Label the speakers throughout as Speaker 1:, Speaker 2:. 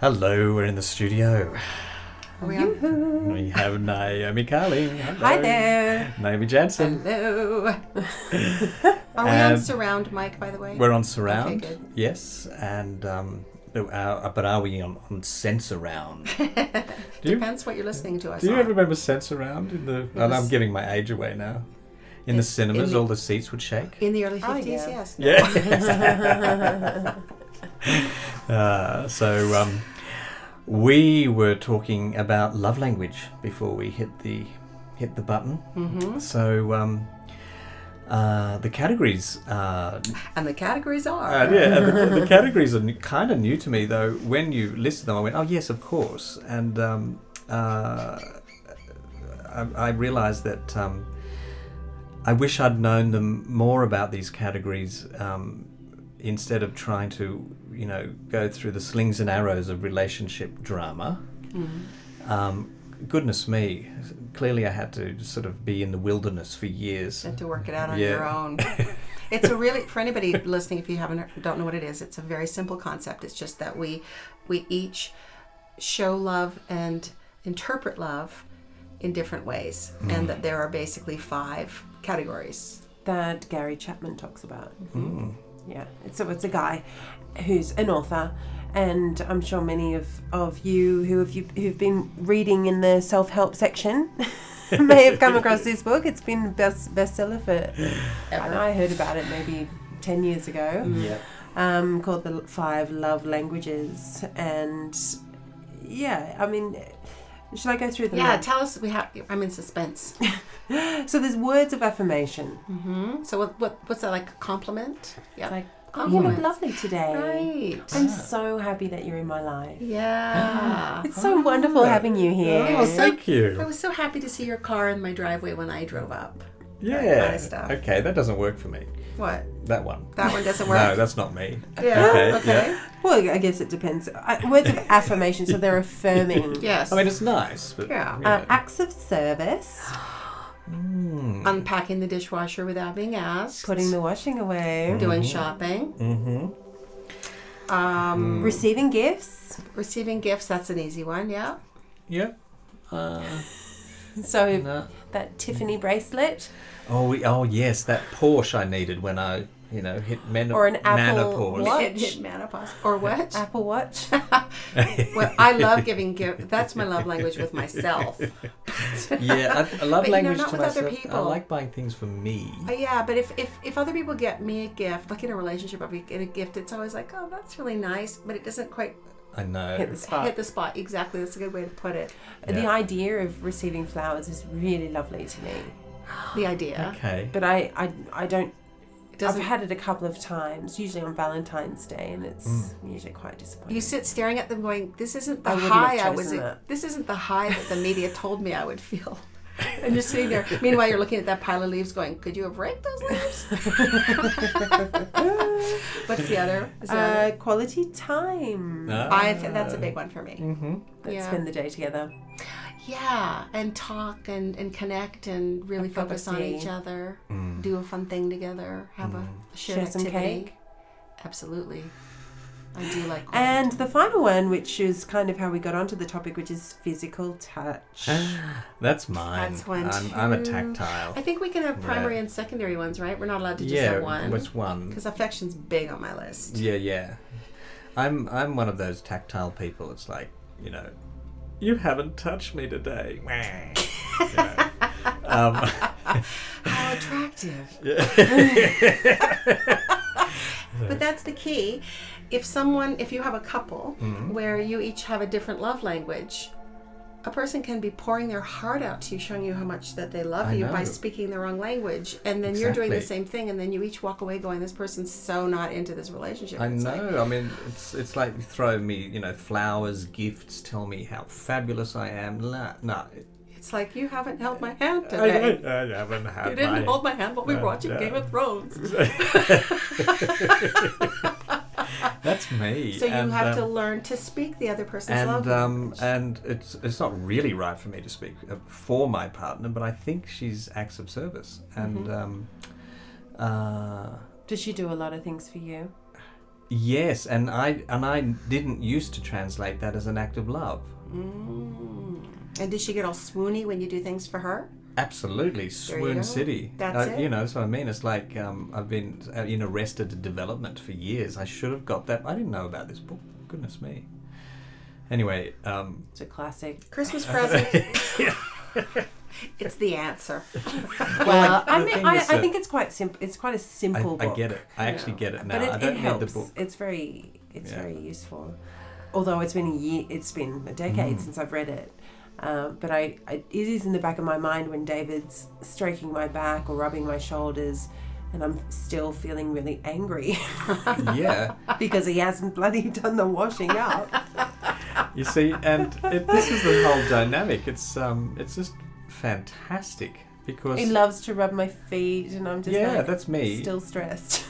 Speaker 1: Hello, we're in the studio.
Speaker 2: Are we on?
Speaker 1: We have Naomi Carling. Hello.
Speaker 2: Hi there.
Speaker 1: Naomi Jansen.
Speaker 2: Hello. Are we
Speaker 1: Um,
Speaker 2: on surround mic, by the way?
Speaker 1: We're on surround.
Speaker 2: Okay, good.
Speaker 1: yes, and um, no, uh, but are we on, on sense around? do you,
Speaker 2: Depends what you're listening to us
Speaker 1: do you
Speaker 2: on.
Speaker 1: ever remember sense around in the? well, I'm
Speaker 2: Yes.
Speaker 1: giving my age away now. In the cinemas,
Speaker 2: the-
Speaker 1: all the seats would shake.
Speaker 2: In the early
Speaker 3: Oh,
Speaker 2: 50s,
Speaker 3: yeah.
Speaker 2: yes.
Speaker 1: Yeah. uh, so um, we were talking about love language before we hit the hit the button.
Speaker 2: hmm
Speaker 1: So um, uh, the categories are
Speaker 2: And the categories are.
Speaker 1: uh, yeah, the, the categories are kind of new to me though. When you listed them, I went, "Oh yes, of course," and um, uh, I, I realised that um, I wish I'd known them more about these categories um, instead of trying to, you know, go through the slings and arrows of relationship drama.
Speaker 2: Mm-hmm.
Speaker 1: Um, goodness me, clearly I had to sort of be in the wilderness for years.
Speaker 2: And to work it out on
Speaker 1: Yeah.
Speaker 2: your own. It's a really for anybody listening if you haven't don't know what it is. It's a very simple concept. It's just that we we each show love and interpret love in different ways,
Speaker 1: Mm.
Speaker 2: and that there are basically five categories.
Speaker 3: that Gary Chapman talks about.
Speaker 1: Mm.
Speaker 3: Yeah, It's- so it's a guy who's an author, and I'm sure many of, of you who have you, who've been reading in the self help section may have come across this book. It's been best bestseller for. And I heard about it maybe ten years ago.
Speaker 1: Yeah.
Speaker 3: um, called the Five Love Languages, and yeah, I mean, should I go through them?
Speaker 2: Yeah,
Speaker 3: now?
Speaker 2: tell us. We have. I'm in suspense.
Speaker 3: so there's words of affirmation.
Speaker 2: Mm-hmm. So what, what what's that like? A compliment? Yeah.
Speaker 3: Like, oh, you look
Speaker 2: Compliments.
Speaker 3: lovely today.
Speaker 2: Right.
Speaker 3: I'm so happy that you're in my life.
Speaker 2: Yeah.
Speaker 3: It's so wonderful having you here.
Speaker 1: Oh, thank you.
Speaker 2: I was so happy to see your car in my driveway when I drove up.
Speaker 1: Yeah.
Speaker 2: kind of stuff.
Speaker 1: Okay, that doesn't work for me.
Speaker 2: What?
Speaker 1: That one.
Speaker 2: That one doesn't
Speaker 1: No,
Speaker 2: work.
Speaker 1: that's not me.
Speaker 2: yeah.
Speaker 1: okay,
Speaker 2: Okay.
Speaker 3: Well, I guess it depends. Uh, words of affirmation, so they're affirming.
Speaker 2: Yes.
Speaker 1: I mean, it's nice, but
Speaker 2: Yeah.
Speaker 1: you know.
Speaker 3: Uh, acts of service,
Speaker 1: Mm,
Speaker 2: unpacking the dishwasher without being asked.
Speaker 3: putting the washing away,
Speaker 1: Mm-hmm.
Speaker 2: Doing shopping.
Speaker 1: mhm. Mm-hmm.
Speaker 2: Um,
Speaker 3: receiving gifts.
Speaker 2: receiving gifts. That's an easy one. Yeah.
Speaker 1: Yeah. Uh,
Speaker 3: So
Speaker 1: no.
Speaker 3: that Tiffany bracelet,
Speaker 1: Oh, we, oh yes, that Porsche I needed when I, you know, hit men
Speaker 3: Or an apple
Speaker 1: menopause.
Speaker 3: watch.
Speaker 2: Hit, hit menopause or what?
Speaker 3: Apple Watch.
Speaker 2: well, I love giving gifts. That's my love language with myself.
Speaker 1: Yeah, I, I love
Speaker 2: But, you know,
Speaker 1: language
Speaker 2: not
Speaker 1: to
Speaker 2: with other
Speaker 1: myself. I
Speaker 2: people.
Speaker 1: like buying things for me.
Speaker 2: Uh, yeah, but if, if if other people get me a gift, like in a relationship, if we get a gift, it's always like, oh, that's really nice, but it doesn't quite
Speaker 1: I
Speaker 3: Hit
Speaker 1: know.
Speaker 3: the spot.
Speaker 2: hit the spot. Exactly, that's a good way to put it.
Speaker 3: The
Speaker 1: Yeah.
Speaker 3: idea of receiving flowers is really lovely to me,
Speaker 2: The idea
Speaker 1: Okay.
Speaker 3: but I, I, I don't.
Speaker 2: It doesn't.
Speaker 3: I've had it a couple of times, usually on Valentine's Day, and it's usually quite disappointing.
Speaker 2: you sit staring at them, going, "This isn't the
Speaker 3: I wouldn't have
Speaker 2: high I
Speaker 3: chosen
Speaker 2: was.
Speaker 3: that.
Speaker 2: This isn't the high that the media told me I would feel." And just sitting there. Meanwhile, you're looking at that pile of leaves, going, "Could you have raked those leaves?" What's the other? Is there
Speaker 3: uh,
Speaker 2: another?
Speaker 3: quality time.
Speaker 1: Ah.
Speaker 2: I think that's a big one for me.
Speaker 3: Let's
Speaker 2: yeah.
Speaker 3: spend the day together.
Speaker 2: Yeah, and talk and, and connect and really
Speaker 3: cup of
Speaker 2: focus on
Speaker 3: tea.
Speaker 2: each other,
Speaker 1: Mm.
Speaker 2: do a fun thing together, have a shared
Speaker 3: Share some
Speaker 2: activity.
Speaker 3: cake.
Speaker 2: Absolutely. I do like that.
Speaker 3: And the final one, which is kind of how we got onto the topic, which is physical touch.
Speaker 1: Uh. That's mine.
Speaker 2: That's one
Speaker 1: I'm, I'm a
Speaker 2: too.
Speaker 1: tactile.
Speaker 2: I think we can have primary
Speaker 1: Yeah.
Speaker 2: and secondary ones, right? We're not allowed to just
Speaker 1: yeah,
Speaker 2: have one.
Speaker 1: what's one?
Speaker 2: Because affection's big on my list.
Speaker 1: Yeah, yeah. I'm I'm one of those tactile people. It's like you know, you haven't touched me today. You know. um,
Speaker 2: How attractive. but that's the key. If someone, if you have a couple
Speaker 1: Mm-hmm.
Speaker 2: where you each have a different love language, a person can be pouring their heart out to you, showing you how much that they love
Speaker 1: I
Speaker 2: you by
Speaker 1: know.
Speaker 2: speaking the wrong language. And then you're doing the
Speaker 1: Exactly.
Speaker 2: same thing, and then you each walk away going, This person's so not into this relationship.
Speaker 1: I
Speaker 2: It's like,
Speaker 1: know. I mean, it's it's like you throw me, you know, flowers, gifts, tell me how fabulous I am. La, no,
Speaker 2: it's like you haven't held my hand
Speaker 1: I,
Speaker 2: today.
Speaker 1: I, I haven't had
Speaker 2: You didn't
Speaker 1: my-
Speaker 2: hold my hand while we were
Speaker 1: No,
Speaker 2: watching
Speaker 1: no.
Speaker 2: Game of Thrones.
Speaker 1: That's me.
Speaker 2: So you
Speaker 1: and,
Speaker 2: have
Speaker 1: um,
Speaker 2: to learn to speak the other person's love
Speaker 1: and um,
Speaker 2: language.
Speaker 1: and it's it's not really right for me to speak uh, for my partner, but I think she's acts of
Speaker 2: Mm-hmm.
Speaker 1: service, and um, uh,
Speaker 3: Does she do a lot of things for you?
Speaker 1: Yes, and I and I didn't used to translate that as an act of love.
Speaker 2: Mm. And does she get all swoony when you do things for her?
Speaker 1: Absolutely, Swoon
Speaker 2: go.
Speaker 1: City.
Speaker 2: That's
Speaker 1: Uh,
Speaker 2: it.
Speaker 1: You know, that's what I mean. It's like um, I've been uh, in arrested development for years. I should have got that. I didn't know about this book. Goodness me. Anyway, um,
Speaker 3: It's a classic.
Speaker 2: Christmas present. it's the answer.
Speaker 3: Well,
Speaker 1: like,
Speaker 3: I
Speaker 1: the
Speaker 3: mean,
Speaker 1: thing
Speaker 3: I,
Speaker 1: is
Speaker 3: I
Speaker 1: that-
Speaker 3: think it's quite simple. It's quite a
Speaker 1: I,
Speaker 3: simple
Speaker 1: I
Speaker 3: book.
Speaker 1: get it. I actually get it now.
Speaker 3: but it,
Speaker 1: I don't
Speaker 3: it
Speaker 1: need the
Speaker 3: helps.
Speaker 1: book.
Speaker 3: It's very, it's
Speaker 1: Yeah.
Speaker 3: very useful. Although it's been a year, it's been a
Speaker 1: Mm.
Speaker 3: decade since I've read it. Um, but I, I, it is in the back of my mind when David's stroking my back or rubbing my shoulders, and I'm still feeling really angry
Speaker 1: yeah.
Speaker 3: because he hasn't bloody done the washing up.
Speaker 1: You see, and it, this is the whole dynamic. It's um, it's just fantastic because
Speaker 3: he loves to rub my feet, and I'm just
Speaker 1: yeah,
Speaker 3: like,
Speaker 1: that's me.
Speaker 3: still stressed.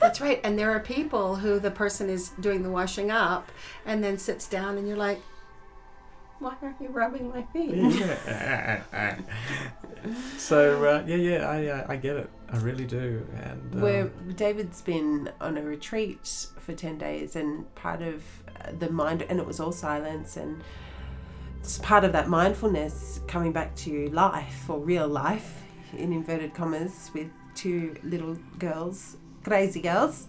Speaker 2: That's right. And there are people who the person is doing the washing up and then sits down and you're like, why aren't you rubbing my feet?
Speaker 1: Yeah. so uh, yeah, yeah, I uh, I get it. I really do. And uh,
Speaker 3: Where David's been on a retreat for 10 days, and part of uh, the mind, and it was all silence, and it's part of that mindfulness coming back to life or real life, in inverted commas, with two little girls, crazy girls,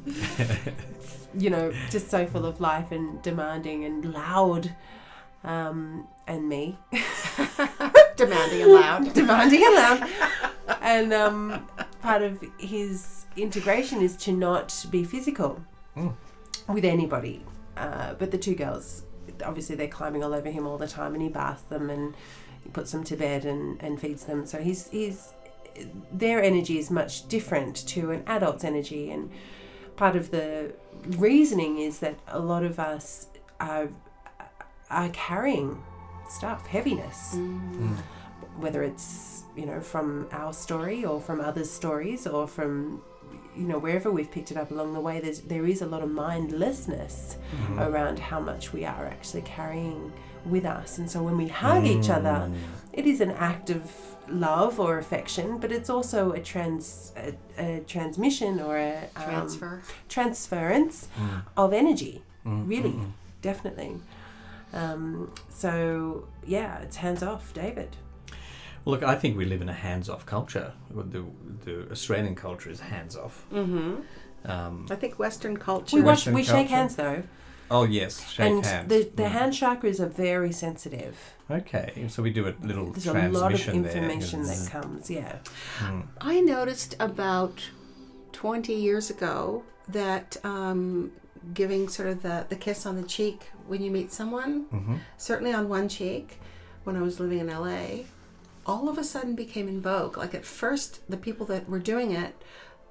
Speaker 3: you know, just so full of life and demanding and loud, um, and me
Speaker 2: Demanding and loud.
Speaker 3: demanding and loud. and um, part of his integration is to not be physical
Speaker 1: Mm.
Speaker 3: with anybody. Uh, but the two girls, obviously, they're climbing all over him all the time, and he baths them and he puts them to bed and, and feeds them. So he's he's their energy is much different to an adult's energy, and part of the reasoning is that a lot of us are are carrying stuff, heaviness
Speaker 1: mm.
Speaker 2: Mm.
Speaker 3: whether it's you know from our story or from others' stories or from you know wherever we've picked it up along the way there's there is a lot of mindlessness
Speaker 1: Mm.
Speaker 3: around how much we are actually carrying with us and so when we hug each
Speaker 1: Mm.
Speaker 3: other it is an act of love or affection but it's also a trans a, a transmission or a um,
Speaker 2: Transfer.
Speaker 3: transference
Speaker 1: Mm,
Speaker 3: of energy really definitely um, so yeah it's hands off david
Speaker 1: look, I think we live in a hands-off culture. The the Australian culture is hands-off.
Speaker 2: Mm-hmm.
Speaker 1: Um,
Speaker 2: I think Western culture.
Speaker 3: We wash,
Speaker 1: Western
Speaker 3: we shake
Speaker 1: culture.
Speaker 3: hands though,
Speaker 1: oh yes, shake
Speaker 3: and
Speaker 1: hands.
Speaker 3: the the
Speaker 1: Mm.
Speaker 3: hand chakras are very sensitive.
Speaker 1: Okay, so we do a little
Speaker 3: There's a
Speaker 1: transmission
Speaker 3: lot of
Speaker 1: there. Mm,
Speaker 3: information that
Speaker 1: Yes.
Speaker 3: comes. Yeah,
Speaker 2: I noticed about 20 years ago that um, giving sort of the, the kiss on the cheek when you meet someone,
Speaker 1: mm-hmm,
Speaker 2: certainly on one cheek, when I was living in LA, all of a sudden became in vogue. Like at first, the people that were doing it,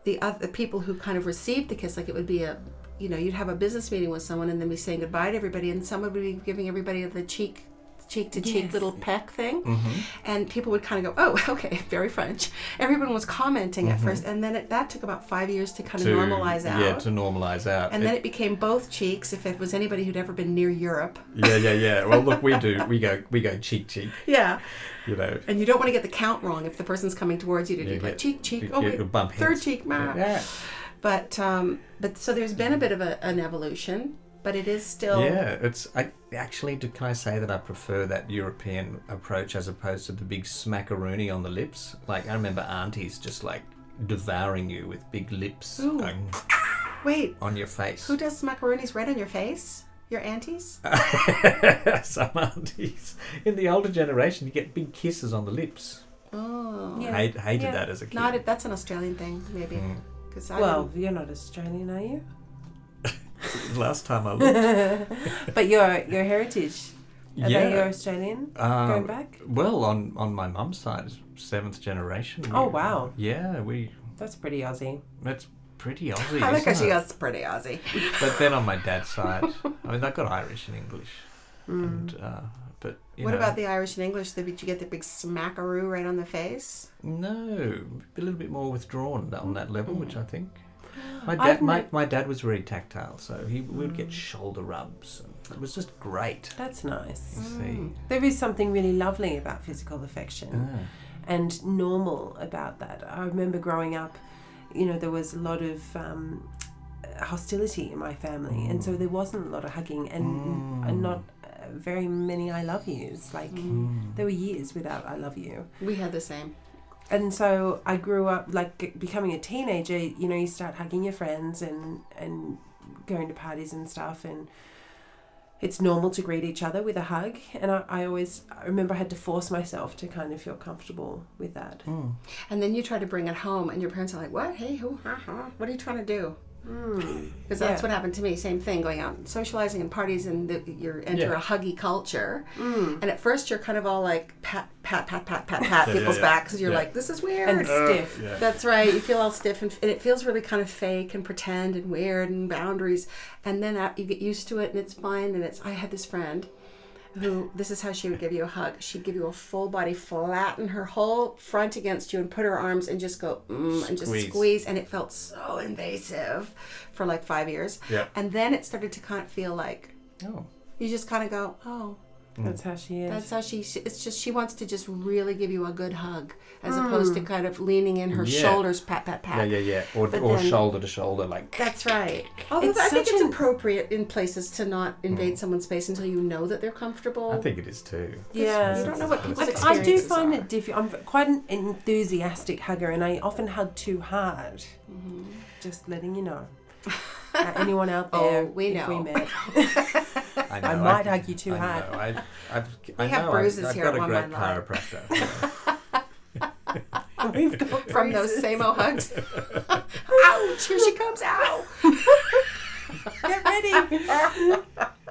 Speaker 2: the other the people who kind of received the kiss, like it would be a, you know, you'd have a business meeting with someone and then be saying goodbye to everybody, and someone would be giving everybody the cheek, cheek to cheek
Speaker 3: Yes.
Speaker 2: little peck thing,
Speaker 1: mm-hmm.
Speaker 2: and people would kind of go, oh, okay, very French. Everyone was commenting at first, and then it, that took about five years to kind of
Speaker 1: Mm-hmm. To-
Speaker 2: normalize out.
Speaker 1: Yeah, to normalize out.
Speaker 2: and
Speaker 1: It-
Speaker 2: then it became both cheeks if it was anybody who'd ever been near Europe.
Speaker 1: yeah, yeah, yeah. Well, look, we do. We go, we go cheek cheek.
Speaker 2: Yeah.
Speaker 1: You know,
Speaker 2: And you don't want to get the count wrong if the person's coming towards you to
Speaker 1: You
Speaker 2: do like
Speaker 1: get-
Speaker 2: cheek, cheek,
Speaker 1: you
Speaker 2: oh
Speaker 1: get- you
Speaker 2: wait,
Speaker 1: bump
Speaker 2: third
Speaker 1: heads.
Speaker 2: cheek, ma.
Speaker 1: yeah,
Speaker 2: But um, but so there's been a bit of a, an evolution, but it is still
Speaker 1: yeah. It's I actually. Do, can I say that I prefer that European approach as opposed to the big smackaroonie on the lips? Like I remember aunties just like devouring you with big lips
Speaker 2: Ooh.
Speaker 1: like,
Speaker 2: wait.
Speaker 1: on your face.
Speaker 2: Who does macaronis right on your face? Your aunties?
Speaker 1: Uh, Some aunties in the older generation, you get big kisses on the lips.
Speaker 2: Oh,
Speaker 3: Yeah.
Speaker 1: I hated
Speaker 3: Yeah.
Speaker 1: that as a kid. Mm.
Speaker 2: not if that's an Australian thing, maybe. Because I
Speaker 3: well,
Speaker 2: didn't-
Speaker 3: you're not Australian, are you?
Speaker 1: Last time I looked.
Speaker 3: But your your heritage, are they your Australian
Speaker 1: Uh,
Speaker 3: going back?
Speaker 1: Well, on on my mum's side, it's seventh generation.
Speaker 3: Oh,
Speaker 1: We-
Speaker 3: wow.
Speaker 1: Yeah, we
Speaker 3: That's pretty Aussie.
Speaker 1: that's pretty Aussie.
Speaker 2: I like how
Speaker 1: isn't
Speaker 2: she
Speaker 1: it?
Speaker 2: goes pretty Aussie.
Speaker 1: But then on my dad's side, I mean, they got Irish and English,
Speaker 3: Hmm, Mm.
Speaker 1: and uh, but you
Speaker 2: What
Speaker 1: know,
Speaker 2: about the Irish and English? Did you get the big smackaroo right on the face?
Speaker 1: no, a little bit more withdrawn on that level, which I think. My
Speaker 3: I've
Speaker 1: dad, my, my dad was very tactile, so he would get shoulder rubs. And it was just great.
Speaker 3: That's nice.
Speaker 1: You
Speaker 2: Mm.
Speaker 1: see,
Speaker 3: There is something really lovely about physical affection.
Speaker 1: Ah,
Speaker 3: and normal about that. I remember growing up, you know, there was a lot of um, hostility in my family, and
Speaker 1: Mm.
Speaker 3: so there wasn't a lot of hugging and, and not uh, very many I love yous. Like
Speaker 1: Mm.
Speaker 3: there were years without I love you,
Speaker 2: We had the same.
Speaker 3: and so I grew up like g- becoming a teenager. You know, you start hugging your friends and and going to parties and stuff, and it's normal to greet each other with a hug. And I, I always I remember I had to force myself to kind of feel comfortable with that.
Speaker 1: Mm.
Speaker 2: And then you try to bring it home, and your parents are like, "What? Hey, who? Ha ha! What are you trying to do?" Because that's
Speaker 3: Yeah.
Speaker 2: what happened to me. Same thing, going out and socializing and parties, and the, you're enter
Speaker 4: Yeah.
Speaker 2: a huggy culture. And at first, you're kind of all like pat, pat, pat, pat, pat, pat
Speaker 1: Yeah, yeah,
Speaker 2: people's
Speaker 1: yeah.
Speaker 2: backs, and you're
Speaker 4: Yeah.
Speaker 2: like, "This is weird."
Speaker 3: And stiff.
Speaker 4: Yeah.
Speaker 2: That's right. You feel all stiff, and, and it feels really kind of fake and pretend and weird and boundaries. And then uh, you get used to it, and it's fine. And it's I had this friend who this is how she would give you a hug. She'd give you a full body, flatten her whole front against you, and put her arms and just go mm, and just
Speaker 1: Squeeze.
Speaker 2: squeeze. And it felt so invasive for like five years.
Speaker 4: Yeah.
Speaker 2: And then it started to kind of feel like
Speaker 1: Oh.
Speaker 2: you just kind of go, oh,
Speaker 3: That's how she is.
Speaker 2: that's how she. she- It's just she wants to just really give you a good hug, as opposed to kind of leaning in her
Speaker 1: Mm. Yeah.
Speaker 2: shoulders, pat, pat, pat.
Speaker 1: Yeah, yeah, yeah. Or,
Speaker 2: But
Speaker 1: or
Speaker 2: then-
Speaker 1: shoulder to shoulder, like.
Speaker 2: That's right. Although
Speaker 3: It's
Speaker 2: I think
Speaker 3: such
Speaker 2: it's
Speaker 3: an-
Speaker 2: appropriate in places to not invade someone's space until you know that they're comfortable.
Speaker 1: Hmm. I think it is too.
Speaker 3: Yeah.
Speaker 2: You don't know what people's
Speaker 3: I,
Speaker 1: What's
Speaker 3: I do
Speaker 2: experiences
Speaker 3: find
Speaker 2: are.
Speaker 3: it difficult. I'm quite an enthusiastic hugger, and I often hug too hard.
Speaker 2: Mm-hmm.
Speaker 3: Just letting you know. Uh, anyone out
Speaker 2: Oh,
Speaker 3: there,
Speaker 2: we
Speaker 3: if we
Speaker 2: know.
Speaker 3: met,
Speaker 1: I, know,
Speaker 3: I might hug you too
Speaker 1: I
Speaker 3: hard.
Speaker 1: Know, I, I've, I
Speaker 2: have
Speaker 1: know
Speaker 2: bruises
Speaker 1: I've, I've
Speaker 2: here
Speaker 1: got
Speaker 2: at
Speaker 1: a
Speaker 2: One
Speaker 1: great
Speaker 2: Mile Line.
Speaker 1: chiropractor.
Speaker 3: We've got
Speaker 2: From those
Speaker 3: bruises.
Speaker 2: same old hugs. Ouch! Here she comes! Ow!
Speaker 3: Get ready.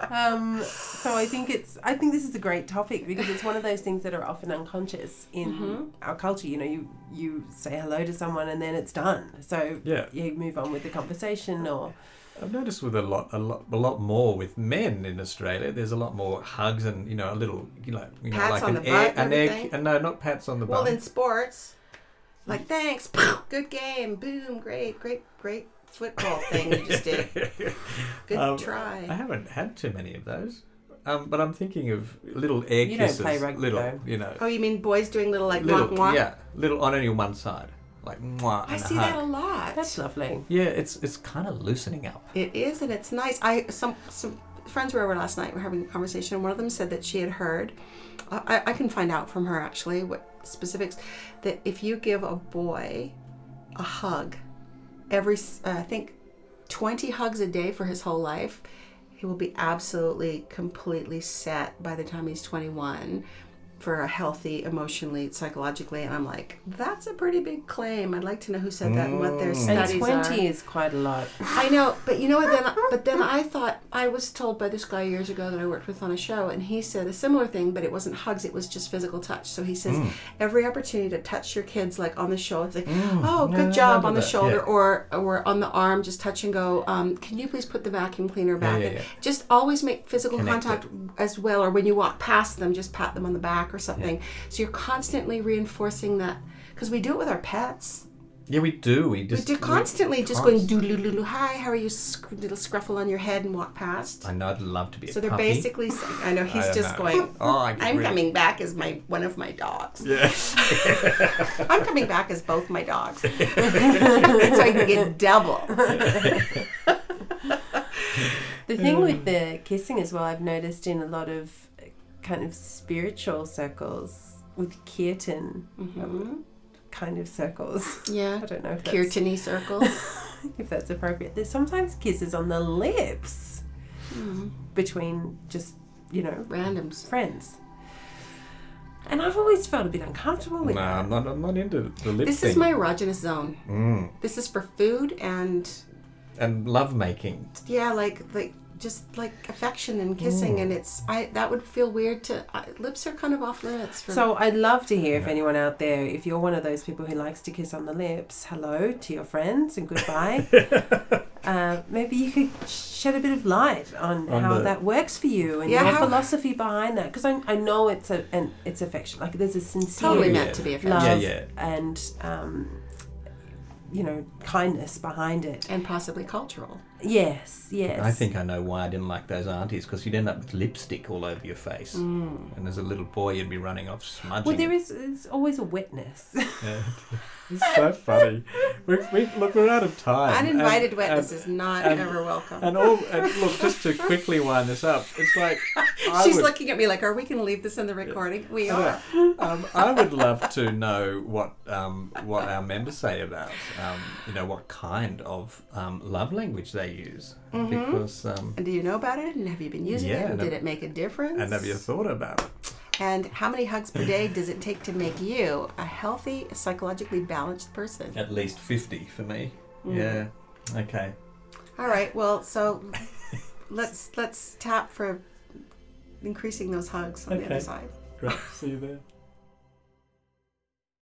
Speaker 3: um, so I think it's. I think this is a great topic because it's one of those things that are often unconscious in
Speaker 2: Mm-hmm.
Speaker 3: our culture. You know, you you say hello to someone and then it's done. So
Speaker 1: Yeah.
Speaker 3: you move on with the conversation or
Speaker 1: I've noticed with a lot, a lot, a lot more with men in Australia. There's a lot more hugs and you know a little, you know, you know
Speaker 2: Pats
Speaker 1: like
Speaker 2: on
Speaker 1: an
Speaker 2: the
Speaker 1: air,
Speaker 2: butt
Speaker 1: an
Speaker 2: and
Speaker 1: air,
Speaker 2: everything.
Speaker 1: and no, not pats on the
Speaker 2: Well,
Speaker 1: butt.
Speaker 2: in sports, like thanks, good game, boom, great, great, great football thing you just did. Good
Speaker 1: Um, I
Speaker 2: try.
Speaker 1: haven't had too many of those, um, but I'm thinking of little air
Speaker 3: You don't
Speaker 1: kisses.
Speaker 3: play rugby,
Speaker 1: little,
Speaker 3: though.
Speaker 1: you know,
Speaker 2: Oh, you mean boys doing little like
Speaker 1: little,
Speaker 2: wonk wonk?
Speaker 1: yeah, little on only one side, like mwah.
Speaker 2: I
Speaker 1: and a
Speaker 2: see
Speaker 1: hug.
Speaker 2: that a lot.
Speaker 3: that's lovely.
Speaker 1: Yeah, it's it's kind of loosening up.
Speaker 2: It is, and it's nice. I some some friends were over last night. We're having a conversation, and one of them said that she had heard. I, I can find out from her actually what specifics that if you give a boy a hug every s- uh, I think twenty hugs a day for his whole life, he will be absolutely completely set by the time he's twenty one for a healthy emotionally psychologically and i'm like that's a pretty big claim i'd like to know who said that uh, and what their studies
Speaker 3: And
Speaker 2: are.
Speaker 3: twenty is quite a lot.
Speaker 2: I know, but you know what? Then, but then I thought I was told by this guy years ago that I worked with on a show, and he said a similar thing, but it wasn't hugs; it was just physical touch. So he says
Speaker 1: Mm.
Speaker 2: every opportunity to touch your kids, like on the shoulder, like, oh,
Speaker 1: Mm. yeah,
Speaker 2: good
Speaker 1: I
Speaker 2: job
Speaker 1: remember
Speaker 2: on the
Speaker 1: that,
Speaker 2: shoulder,
Speaker 1: yeah.
Speaker 2: or or on the arm, just touch and go. Um, Can you please put the vacuum cleaner back?
Speaker 1: yeah,
Speaker 2: And
Speaker 1: yeah.
Speaker 2: Just always make physical
Speaker 1: Connect
Speaker 2: contact as well, or when you walk past them, just pat them on the back or something. So you're constantly reinforcing that because we do it with our pets.
Speaker 1: Yeah, we do. We just
Speaker 2: But They're constantly just going doo doo doo doo. Hi, how are you? Sc- little scruffle on your head and walk past.
Speaker 1: I know. I'd love to be.
Speaker 2: So
Speaker 1: a
Speaker 2: they're
Speaker 1: puppy.
Speaker 2: basically. saying- I know he's
Speaker 1: I don't
Speaker 2: just
Speaker 1: know.
Speaker 2: going.
Speaker 1: Oh, I get
Speaker 2: I'm
Speaker 1: really-
Speaker 2: coming back as my one of my dogs.
Speaker 1: Yeah.
Speaker 2: I'm coming back as both my dogs, so I can get double.
Speaker 3: The thing
Speaker 1: Hmm.
Speaker 3: with the kissing as well, I've noticed in a lot of uh, kind of spiritual circles with kirtan um, kind of circles.
Speaker 2: Yeah,
Speaker 3: I don't know if that's,
Speaker 2: kirtany circles.
Speaker 3: if that's appropriate. There's sometimes kisses on the lips between just, you know,
Speaker 2: Randoms.
Speaker 3: friends. And I've always felt a bit uncomfortable with
Speaker 1: No,
Speaker 3: that.
Speaker 1: I'm not. I'm not into the lip
Speaker 2: This
Speaker 1: thing.
Speaker 2: is my erogenous zone.
Speaker 1: Mm.
Speaker 2: This is for food and
Speaker 1: And love making.
Speaker 2: yeah, like like just like affection and kissing, and it's I that would feel weird to. I, lips are kind of off limits for.
Speaker 1: Mm-hmm.
Speaker 3: So I'd love to hear if anyone out there, if you're one of those people who likes to kiss on the lips, hello to your friends and goodbye. uh, maybe you could shed a bit of light on,
Speaker 1: On
Speaker 3: how
Speaker 1: the-
Speaker 3: that works for you and
Speaker 2: Yeah,
Speaker 3: your
Speaker 2: how-
Speaker 3: philosophy behind that. Because I, I know it's a and it's affection. Like there's a sincere
Speaker 2: totally
Speaker 1: Yeah.
Speaker 2: meant to be affection.
Speaker 3: love
Speaker 1: yeah.
Speaker 3: and um, you know kindness behind it.
Speaker 2: and possibly cultural.
Speaker 3: Yes, yes.
Speaker 1: I think I know why I didn't like those aunties because you'd end up with lipstick all over your face, and as a little boy you'd be running off smudging.
Speaker 3: Mm. Well, there is there's always a witness.
Speaker 1: Yeah. it's so funny. We, we, look, we're out of time.
Speaker 2: Uninvited
Speaker 1: And-
Speaker 2: witness is not
Speaker 1: and-
Speaker 2: ever welcome.
Speaker 1: And, and all and look, just to quickly wind this up, it's like I
Speaker 2: She's
Speaker 1: would,
Speaker 2: looking at me like, are we going to leave this in the recording? We are.
Speaker 1: Yeah. Um, I would love to know what um, what our members say about um, you know what kind of um, love language they use
Speaker 3: Mm-hmm.
Speaker 1: because um,
Speaker 2: And do you know about it? And have you been using
Speaker 1: Yeah,
Speaker 2: it? And
Speaker 1: and-
Speaker 2: did it make a difference?
Speaker 1: and have you thought about it?
Speaker 2: And how many hugs per day does it take to make you a healthy, psychologically balanced person?
Speaker 1: At least fifty for me. Yeah. Okay.
Speaker 2: All right. Well, so let's let's tap for increasing those hugs on the
Speaker 1: Okay.
Speaker 2: other side.
Speaker 1: Great. See you there.